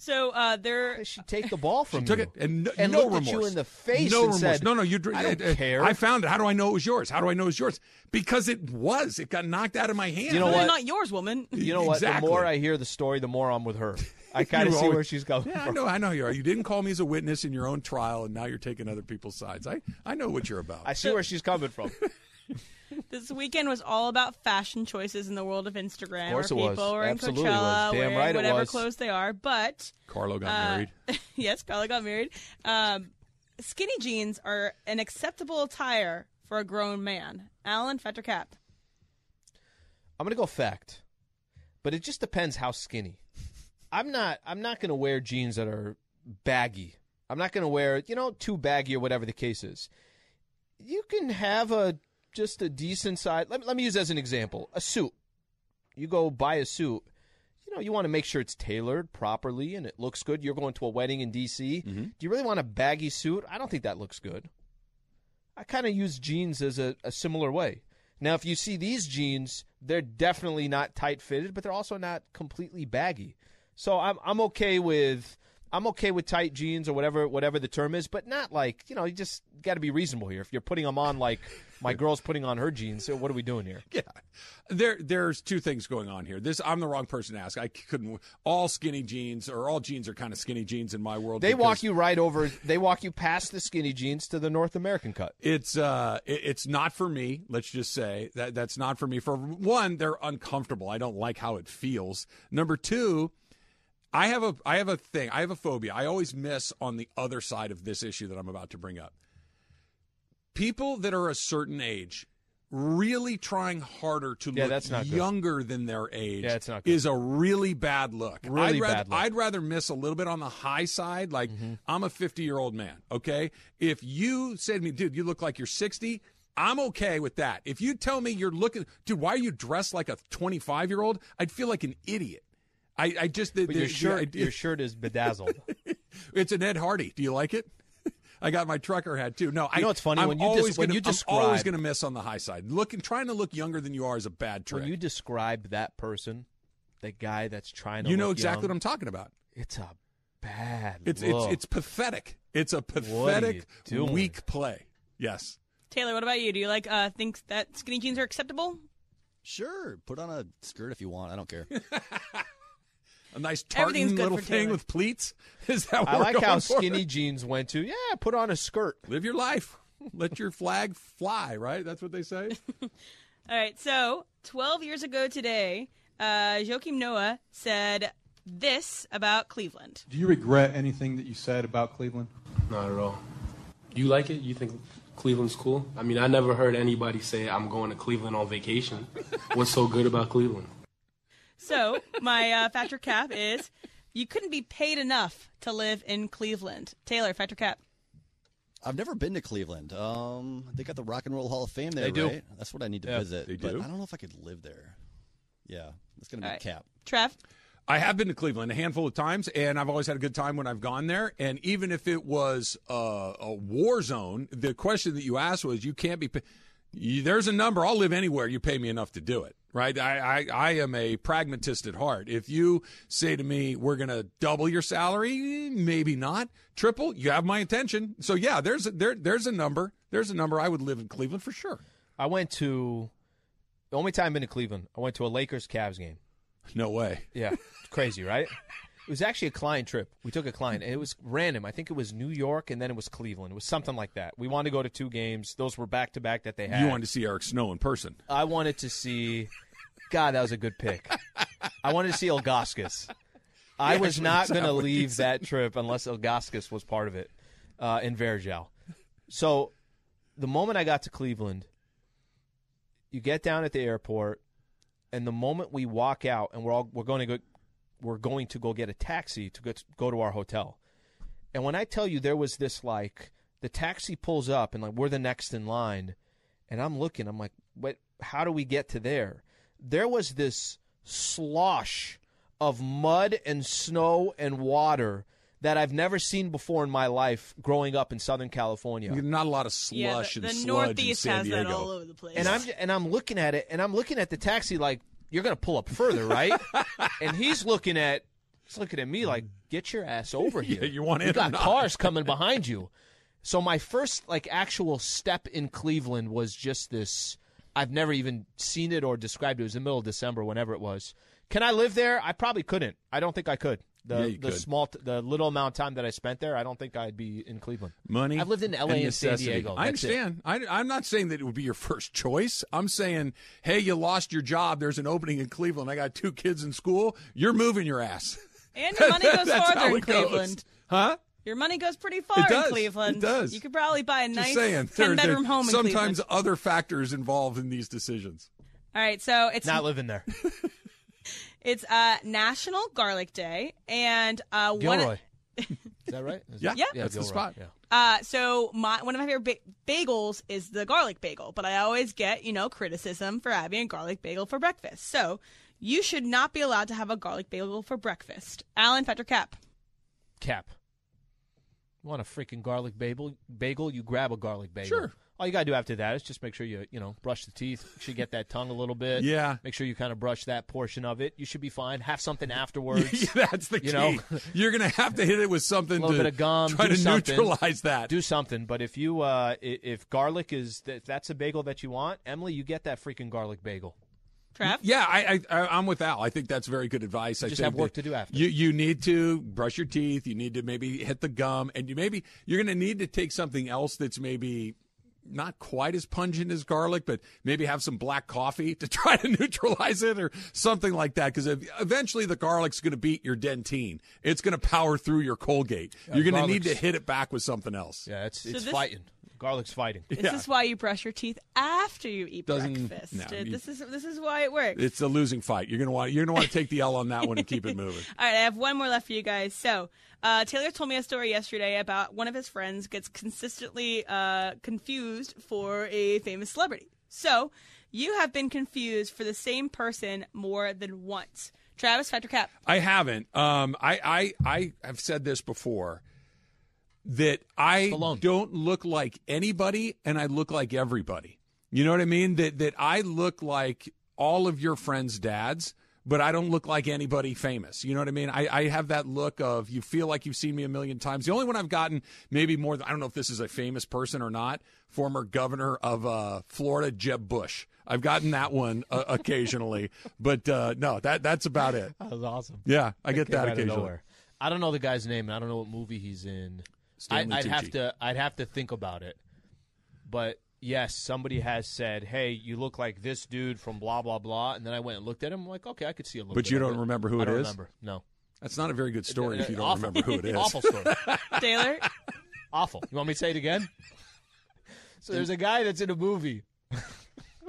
So uh, there, They should take the ball from She took you. it and no, and no looked remorse. at you in the face. No and remorse. Said, no, no. You. dr- I don't uh, uh, care. I found it. How do I know it was yours? How do I know it was yours? Because it was. It got knocked out of my hand. You know They're what? not yours, woman. you know what? Exactly. The more I hear the story, the more I'm with her. I kind of You see always- where she's going. Yeah, I from. know. I know you are. You didn't call me as a witness in your own trial, and now you're taking other people's sides. I, I know what you're about. I see where she's coming from. This weekend was all about fashion choices in the world of Instagram. Of course where it was. people were Absolutely in it was. Coachella, Damn wearing right it whatever was. clothes they are. But Carlo got uh, married. yes, Carla got married. Um, skinny jeans are an acceptable attire for a grown man. Alan Fettercap. I'm gonna go fact, but it just depends how skinny. I'm not. I'm not gonna wear jeans that are baggy. I'm not gonna wear you know too baggy or whatever the case is. You can have a just a decent size. Let, me- let me use as an example a suit. You go buy a suit. You know you want to make sure it's tailored properly and it looks good. You're going to a wedding in D.C. Do you really want a baggy suit? I don't think that looks good. I kind of use jeans as a, a similar way. Now, if you see these jeans, they're definitely not tight fitted, but they're also not completely baggy. So I'm I'm okay with I'm okay with tight jeans or whatever whatever the term is, but not like you know you just got to be reasonable here. If you're putting them on like my girl's putting on her jeans, so what are we doing here? Yeah. There, there's two things going on here. This, I'm the wrong person to ask. I couldn't. All skinny jeans or all jeans are kind of skinny jeans in my world. They because- walk you right over. They walk you past the skinny jeans to the North American cut. it's uh it- it's not for me let's just say that that's not for me for one they're uncomfortable i don't like how it feels number two i have a i have a thing i have a phobia i always miss on the other side of this issue that i'm about to bring up people that are a certain age really trying harder to Yeah, look that's not good. younger than their age Yeah, it's not good. is a really bad look Really I'd rather, bad Mm-hmm. look. I'd rather miss a little bit on the high side. Like I'm a 50 year old man. Okay, if you say to me, dude, you look like you're 60. I'm okay with that. If you tell me you're looking, dude, why are you dressed like a 25 year old? I'd feel like an idiot. I, I just the, But the- your the shirt, idea- your shirt is bedazzled. it's an Ed Hardy. Do you like it? I got my trucker hat too. No, I know what's funny? I'm When you always dis- when gonna, you I'm always describe- going to miss on the high side. Looking, trying to look younger than you are is a bad trick. when you describe that person, the guy that's trying to, You know look exactly what young, I'm talking about. It's a bad. It's look. it's it's pathetic. It's a are you pathetic doing? weak play. Yes. Taylor, what about you? Do you like uh, think that skinny jeans are acceptable? Sure, put on a skirt if you want. I don't care. A nice Everything's tartan good little for thing Taylor. with pleats. Is that what I we're like how going for? skinny jeans went to. Yeah, put on a skirt. Live your life. Let your flag fly, right? That's what they say. All right, so 12 years ago today, uh, Joachim Noah said this about Cleveland. Do you regret anything that you said about Cleveland? Not at all. You like it? You think Cleveland's cool? I mean, I never heard anybody say I'm going to Cleveland on vacation. What's so good about Cleveland? So my uh, factor cap is you couldn't be paid enough to live in Cleveland. Taylor, factor cap. I've never been to Cleveland. Um, they got the Rock and Roll Hall of Fame there, They do. right? That's what I need to Yeah, visit. they but do. I don't know if I could live there. Yeah, that's gonna be All right. cap. Trev, I have been to Cleveland a handful of times, and I've always had a good time when I've gone there. And even if it was uh, a war zone, the question that you asked was, "You can't be." pa- You, there's a number. I'll live anywhere. You pay me enough to do it, right? I, I I am a pragmatist at heart. If you say to me, "We're going to double your salary," eh, maybe not triple. You have my attention. So yeah, there's a, there there's a number. There's a number. I would live in Cleveland for sure. I went to the only time I've been to Cleveland. I went to a Lakers Cavs game. No way. Yeah, it's crazy, right? It was actually a client trip. We took a client, and it was random. I think it was New York, and then it was Cleveland. It was something like that. We wanted to go to two games. Those were back to back that they had. You wanted to see Eric Snow in person. I wanted to see. God, that was a good pick. I wanted to see Ilgaskis. I was not going to leave that trip unless Ilgaskis was part of it uh, in Verjao. So, the moment I got to Cleveland, you get down at the airport, and the moment we walk out, and we're all we're going to go, we're going to go get a taxi to go to, go to our hotel. And when I tell you there was this like the taxi pulls up and like we're the next in line, and I'm looking, I'm like, what? How do we get to there? There was this slosh of mud and snow and water that I've never seen before in my life growing up in Southern California. Not a lot of slush yeah, the, and the sludge in Northeast San has Diego. that all over the place. And I'm and I'm looking at it, and I'm looking at the taxi like you're gonna pull up further, right? and he's looking at he's looking at me like get your ass over here. you want We in or got not?" cars coming behind you. So my first like actual step in Cleveland was just this. I've never even seen it or described it. It was the middle of December, whenever it was. Can I live there? I probably couldn't. I don't think I could. The, Yeah, you the could. small, t- the little amount of time that I spent there, I don't think I'd be in Cleveland. money. I've lived in LA and San necessity. Diego. I That's it. understand. I, I'm not saying that it would be your first choice. I'm saying, hey, you lost your job. There's an opening in Cleveland. I got two kids in school. You're moving your ass. and your money goes That's how farther in it goes. Cleveland. Huh? Your money goes pretty far does. in Cleveland. It does. You could probably buy a Just nice 10 saying. There- there- bedroom home in Sometimes Cleveland. other factors involved in these decisions. All right, so it's Not living there. it's uh, National Garlic Day, and uh, one Gilroy. Is that right? Is Yeah, it- Yeah. that's the Gilroy. spot. Yeah. Uh, so my one of my favorite ba- bagels is the garlic bagel, but I always get you know criticism for having a garlic bagel for breakfast. So you should not be allowed to have a garlic bagel for breakfast. Alan Fetter Cap. Cap. You want a freaking garlic bagel? Bagel? You grab a garlic bagel. Sure. All you gotta do after that is just make sure you you know brush the teeth. Make sure you get that tongue a little bit. Yeah. Make sure you kind of brush that portion of it. You should be fine. Have something afterwards. That's the key. You know? You're going to have to hit it with something a little to bit of gum. try do to something. neutralize that. Do something. But if you uh i- if garlic is if that's a bagel that you want, Emily, you get that freaking garlic bagel. Trev. Yeah, I, I, I- I'm with Al. I think that's very good advice. I just think have work that to do after. You, you need to brush your teeth. You need to maybe hit the gum, and you maybe you're going to need to take something else that's maybe not quite as pungent as garlic, but maybe have some black coffee to try to neutralize it or something like that. Because eventually the garlic's going to beat your dentine. It's going to power through your Colgate. you're going to need to garlic's- hit it back with something else. Yeah, it's it's this- fighting. Garlic's fighting. This is why you brush your teeth after you eat Doesn't- breakfast. no, It- you- this is this is why it works. It's a losing fight. You're going to want you're going to want to take the L on that one and keep it moving. All right, I have one more left for you guys. So, uh, Taylor told me a story yesterday about one of his friends gets consistently uh, confused for a famous celebrity. So, you have been confused for the same person more than once. Travis, Factor Cap. I haven't. Um, I, I I have said this before that I Alone. don't look like anybody, and I look like everybody. You know what I mean? That that I look like all of your friends' dads, but I don't look like anybody famous. You know what I mean? I, I have that look of you feel like you've seen me a million times. The only one I've gotten, maybe more, than, I don't know if this is a famous person or not, former governor of uh, Florida, Jeb Bush. I've gotten that one uh, occasionally, but uh, no, that that's about it. That was awesome. Yeah, I get came out that of occasionally. nowhere. I don't know the guy's name, and I don't know what movie he's in. I, Stanley I'd have Tucci. to. I'd have to think about it. But yes, somebody has said, "Hey, you look like this dude from blah blah blah," and then I went and looked at him. I'm like, okay, I could see a little. But bit you of don't remember who I it don't is? Remember? No. That's not a very good story if you don't Awful. remember who it is. Awful story. Taylor? Awful. You want me to say it again? So there's a guy that's in a movie.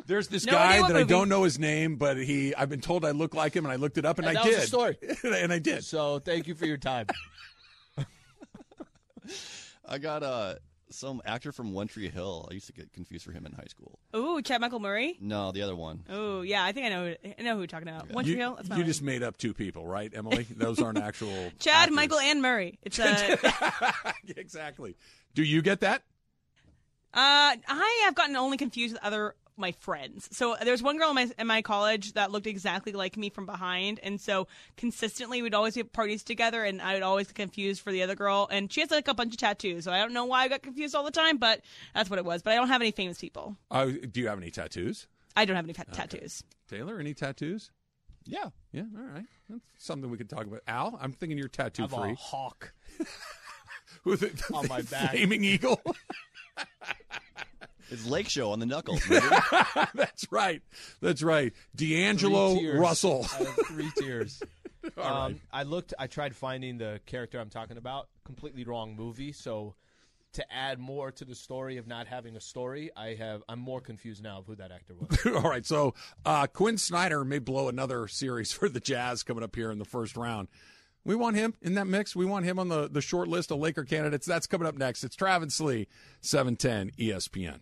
There's this No idea guy what that I movie. don't know his name, but he I've been told I look like him, and I looked it up, and, And I that did. was the story. and I did. So thank you for your time. I got uh, some actor from One Tree Hill. I used to get confused for him in high school. Ooh, Chad Michael Murray. No, the other one. Oh yeah, I think I know. I know who you're talking about. One you, Tree Hill. That's my you one. just made up two people, right, Emily? Those aren't actual. Chad actors. Michael and Murray. It's a. uh, exactly. Do you get that? Uh, I have gotten only confused with other my friends. So there's one girl in my in my college that looked exactly like me from behind, and so consistently we'd always be at parties together, and I would always get confused for the other girl. And she has like a bunch of tattoos, so I don't know why I got confused all the time, but that's what it was. But I don't have any famous people. Uh, do you have any tattoos, I don't have any fa- tattoos. Taylor? Any tattoos? Yeah. Yeah. All right. That's something we could talk about. Al, I'm thinking you're tattoo I'm free. a hawk. With the, on my back. flaming eagle. It's Lake Show on the knuckles. remember? That's right. That's right. D'Angelo Three tiers. Russell. I have three tiers. um, I looked. I tried finding the character I'm talking about. Completely wrong movie. So to add more to the story of not having a story, I have. I'm more confused now of who that actor was. All right, so uh, Quinn Snyder may blow another series for the Jazz coming up here in the first round. We want him in that mix. We want him on the, the short list of Laker candidates. That's coming up next. It's Travis Lee, E 710 ESPN.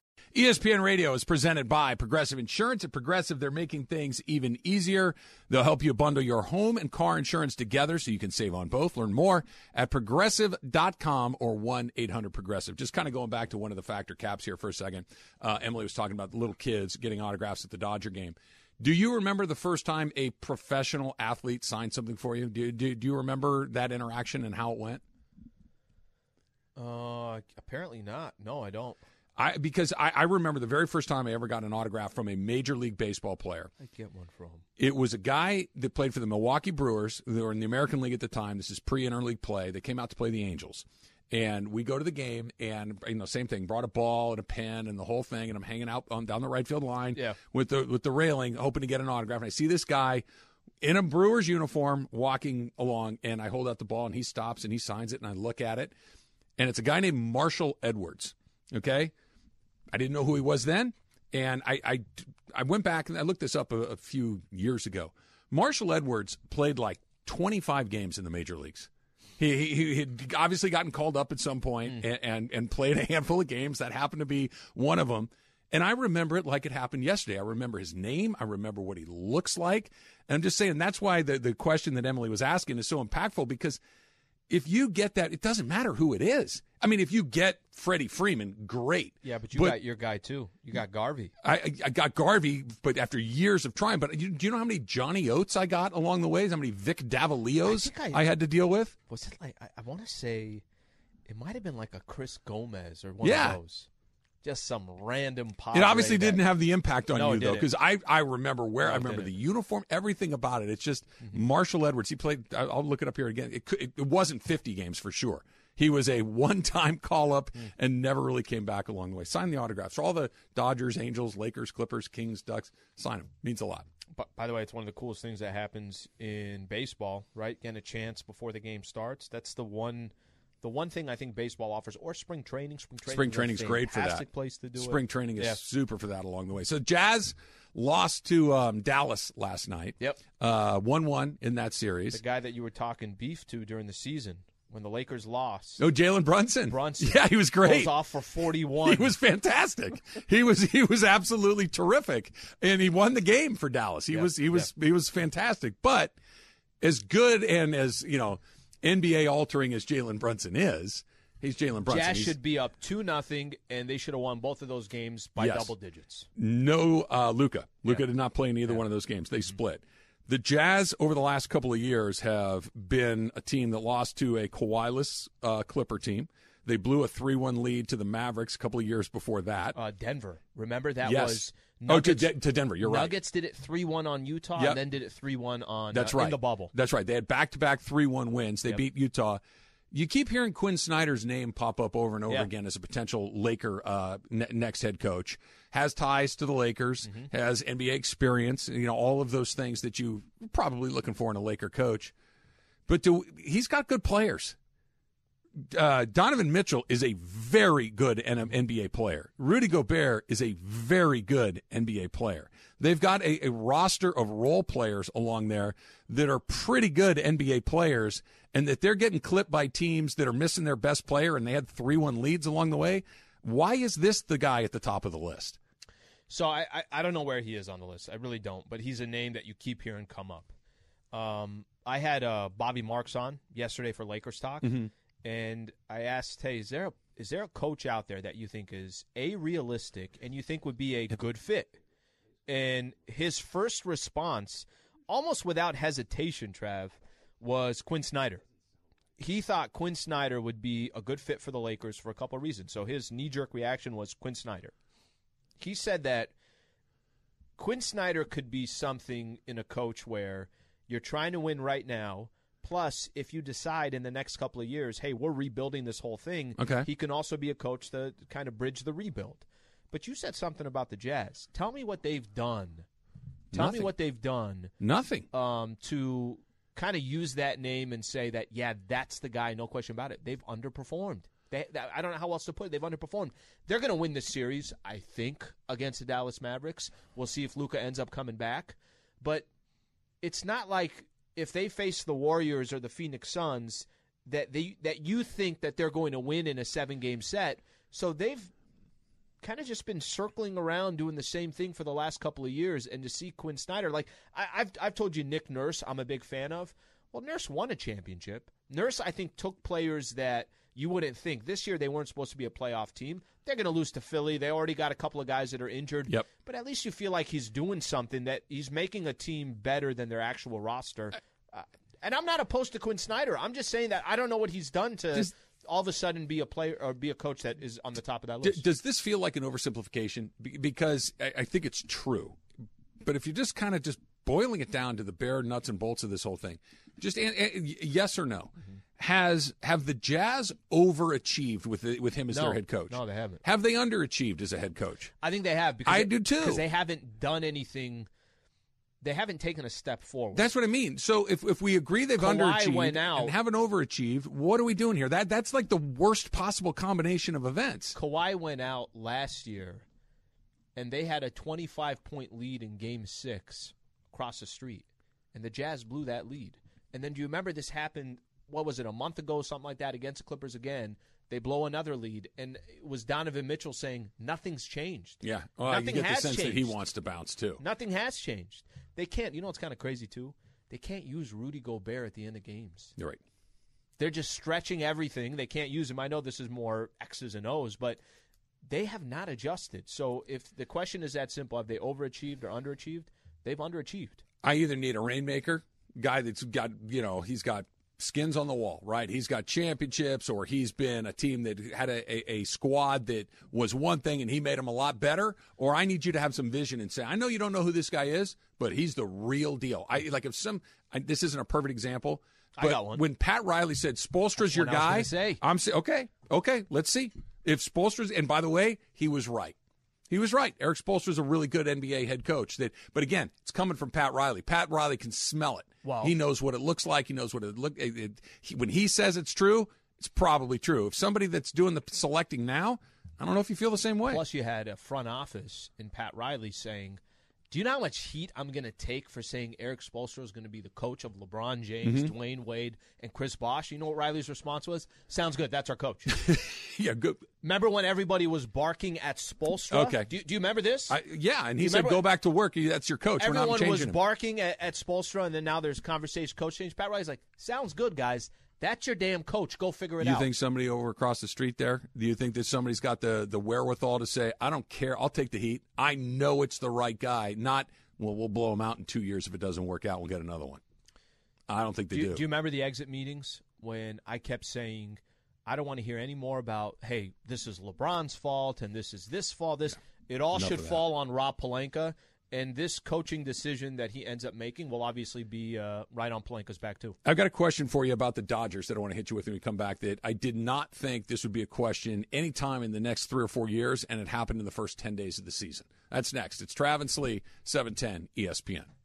ESPN Radio is presented by Progressive Insurance. At Progressive, they're making things even easier. They'll help you bundle your home and car insurance together so you can save on both. Learn more at progressive.com or 1 800 Progressive. Just kind of going back to one of the factor caps here for a second. Uh, Emily was talking about the little kids getting autographs at the Dodger game. Do you remember the first time a professional athlete signed something for you? Do, do, do you remember that interaction and how it went? Uh, apparently not. No, I don't. I, because I, I remember the very first time I ever got an autograph from a Major League Baseball player. I get one from. It was a guy that played for the Milwaukee Brewers. They were in the American League at the time. This is pre-interleague play. They came out to play the Angels, and we go to the game, and you know, same thing. Brought a ball and a pen and the whole thing, and I'm hanging out on, down the right field line Yeah. with the with the railing, hoping to get an autograph. And I see this guy in a Brewers uniform walking along, and I hold out the ball, and he stops and he signs it, and I look at it, and it's a guy named Marshall Edwards. Okay, I didn't know who he was then, and I I, I went back and I looked this up a, a few years ago. Marshall Edwards played like 25 games in the major leagues. He, he, he had obviously gotten called up at some point and, and and played a handful of games. That happened to be one of them. And I remember it like it happened yesterday. I remember his name. I remember what he looks like. And I'm just saying that's why the, the question that Emily was asking is so impactful because if you get that, it doesn't matter who it is. I mean, if you get Freddie Freeman, great. Yeah, but you got your guy too. You got Garvey. I- I, I got Garvey, but after years of trying, but you, do you know how many Johnny Oates I got along the way? How many Vic Davalios I think I, I- had to deal with? Was it like I, I want to say it might have been like a Chris Gomez or one Yeah. of those. Just some random pop. It obviously didn't have the impact on No, it you though, didn't. because I, I remember where I No, it remember the didn't. Mm-hmm. uniform, everything about it. It's just Marshall Edwards. He played. I- I'll look it up here again. It, cou- it, it wasn't 50 games for sure. He was a one-time call-up Mm. and never really came back along the way. Sign the autographs for all the Dodgers, Angels, Lakers, Clippers, Kings, Ducks. Sign them. Means a lot. But by the way, it's one of the coolest things that happens in baseball, right? Getting a chance before the game starts. That's the one, the one thing I think baseball offers, or spring training. Spring training. Spring training's great for that. Fantastic place to do it. Spring training is Yeah. super for that along the way. So Jazz lost to um, Dallas last night. Uh, Yep. One one in that the series. guy that you were talking beef to during the season when the Lakers lost. No, Jalen Brunson. Brunson. Yeah, he was great. Goes off for 41. He was fantastic. he was he was absolutely terrific, and he won the game for Dallas. He was he was he was fantastic. But as good and as you know, NBA altering as Jalen Brunson is, he's Jalen Brunson. Jazz He's should be up two nothing, and they should have won both of those games by Yes. double digits. no uh, Luca. Luca did not play in either one of those games. Mm-hmm. They split. The Jazz over the last couple of years have been a team that lost to a Kawhi-less uh, Clipper team. They blew a three-one lead to the Mavericks a couple of years before that. Uh, Denver, remember that Yes. was Oh, to De- to Denver, you're right. Nuggets did it three one on Utah, Yep. and then did it three one on That's uh, right. in the bubble. That's right. They had back to back 3 1 wins. They Yep. beat Utah. You keep hearing Quinn Snyder's name pop up over and over Yeah. again as a potential Laker uh, ne- next head coach. Has ties to the Lakers, Mm-hmm. has NBA experience, you know, all of those things that you probably looking for in a Laker coach. But do, he's got good players. Uh, Donovan Mitchell is a very good N- NBA player. Rudy Gobert is a very good NBA player. They've got a, a roster of role players along there that are pretty good NBA players, and that they're getting clipped by teams that are missing their best player and they had 3 1 leads along the way. Why is this the guy at the top of the list? So I, I I don't know where he is on the list. I really don't. But he's a name that you keep hearing come up. Um, I had uh, Bobby Marks on yesterday for Lakers talk, Mm-hmm. and I asked, "Hey, is there a, is there a coach out there that you think is a realistic and you think would be a good fit?" And his first response, almost without hesitation, Trav, was Quinn Snyder he thought Quinn Snyder would be a good fit for the Lakers for a couple of reasons. So his knee jerk reaction was Quinn Snyder. He said that Quinn Snyder could be something in a coach where you're trying to win right now. Plus, if you decide in the next couple of years, hey, we're rebuilding this whole thing, Okay. he can also be a coach to kind of bridge the rebuild. But you said something about the Jazz. Tell me what they've done. Tell Nothing. me what they've done Nothing. um, to kind of use that name and say that yeah, that's the guy, no question about it. They've underperformed. They, that, I don't know how else to put it. They've underperformed. They're going to win this series, I think, against the Dallas Mavericks. We'll see if Luca ends up coming back, but it's not like if they face the Warriors or the Phoenix Suns that they that you think that they're going to win in a seven game set. So they've kind of just been circling around doing the same thing for the last couple of years, and to see Quinn Snyder, like I, I've I've told you, Nick Nurse, I'm a big fan of. Well, Nurse won a championship. Nurse, I think, took players that you wouldn't think this year they weren't supposed to be a playoff team. They're going to lose to Philly. They already got a couple of guys that are injured. Yep. But at least you feel like he's doing something that he's making a team better than their actual roster. Uh, and I'm not opposed to Quinn Snyder. I'm just saying that I don't know what he's done to Does- all of a sudden be a player or be a coach that is on the top of that D- list. does this feel like an oversimplification? Be- because I, I think it's true, but if you're just kind of just boiling it down to the bare nuts and bolts of this whole thing, just an, an- y- yes or no, Mm-hmm. has have the Jazz overachieved with the, with him as No. their head coach? No, they haven't. Have they underachieved as a head coach? I think they have. Because I do too. Because they haven't done anything. They haven't taken a step forward. That's what I mean. So if, if we agree they've Kawhi underachieved went out. and haven't overachieved, what are we doing here? That that's like the worst possible combination of events. Kawhi went out last year, and they had a 25 point lead in Game Six across the street, and the Jazz blew that lead. And then do you remember this happened? What was it? A month ago, something like that, against the Clippers again. They blow another lead, and it was Donovan Mitchell saying nothing's changed. Yeah, well, you Nothing get the has sense that he changed. wants to bounce too. Nothing has changed. They can't. You know what's kind of crazy too? They can't use Rudy Gobert at the end of games. You're right. They're just stretching everything. They can't use him. I know this is more X's and O's, but they have not adjusted. So if the question is that simple, have they overachieved or underachieved? They've underachieved. I either need a rainmaker guy that's got you know he's got skins on the wall, right? He's got championships, or he's been a team that had a, a, a squad that was one thing and he made them a lot better. Or I need you to have some vision and say, I know you don't know who this guy is, but he's the real deal. I like if some I, this isn't a perfect example. I But got one. When Pat Riley said Spolstra's your what I was guy, gonna say. I'm say, okay, okay, let's see if Spolstra's. And by the way, he was right. He was right. Eric Spolster is a really good NBA head coach. That, but again, it's coming from Pat Riley. Pat Riley can smell it. Wow. He knows what it looks like. He knows what it look. It, it- he, when he says it's true, it's probably true. If somebody that's doing the selecting now, I don't know if you feel the same way. Plus, you had a front office in Pat Riley saying, "Do you know how much heat I'm going to take for saying Eric Spoelstra is going to be the coach of LeBron James, Mhm. Dwayne Wade, and Chris Bosh?" You know what Riley's response was? Sounds good. That's our coach. yeah, good. Remember when everybody was barking at Spoelstra? Okay. Do, do you remember this? I, yeah, and Do he you said, remember- "Go back to work. That's your coach. We're Everyone not changing was him." barking at, at Spoelstra, and then now there's conversation, coach change. Pat Riley's like, "Sounds good, guys. That's your damn coach. Go figure it you out." think somebody over across the street there? Do you think that somebody's got the the wherewithal to say, "I don't care. I'll take the heat. I know it's the right guy." Not well. We'll blow him out in two years if it doesn't work out. We'll get another one. I don't think they do, do. you remember the exit meetings when I kept saying, I don't want to hear any more about, hey, this is LeBron's fault and this is this fault. This it all Enough should of that. fall on Rob Palenka, and this coaching decision that he ends up making will obviously be uh, right on Palenka's back too. I've got a question for you about the Dodgers that I want to hit you with when we come back. That I did not think this would be a question any time in the next three or four years, and it happened in the first ten E days of the season. That's next. It's Travis Lee, seven ten ESPN.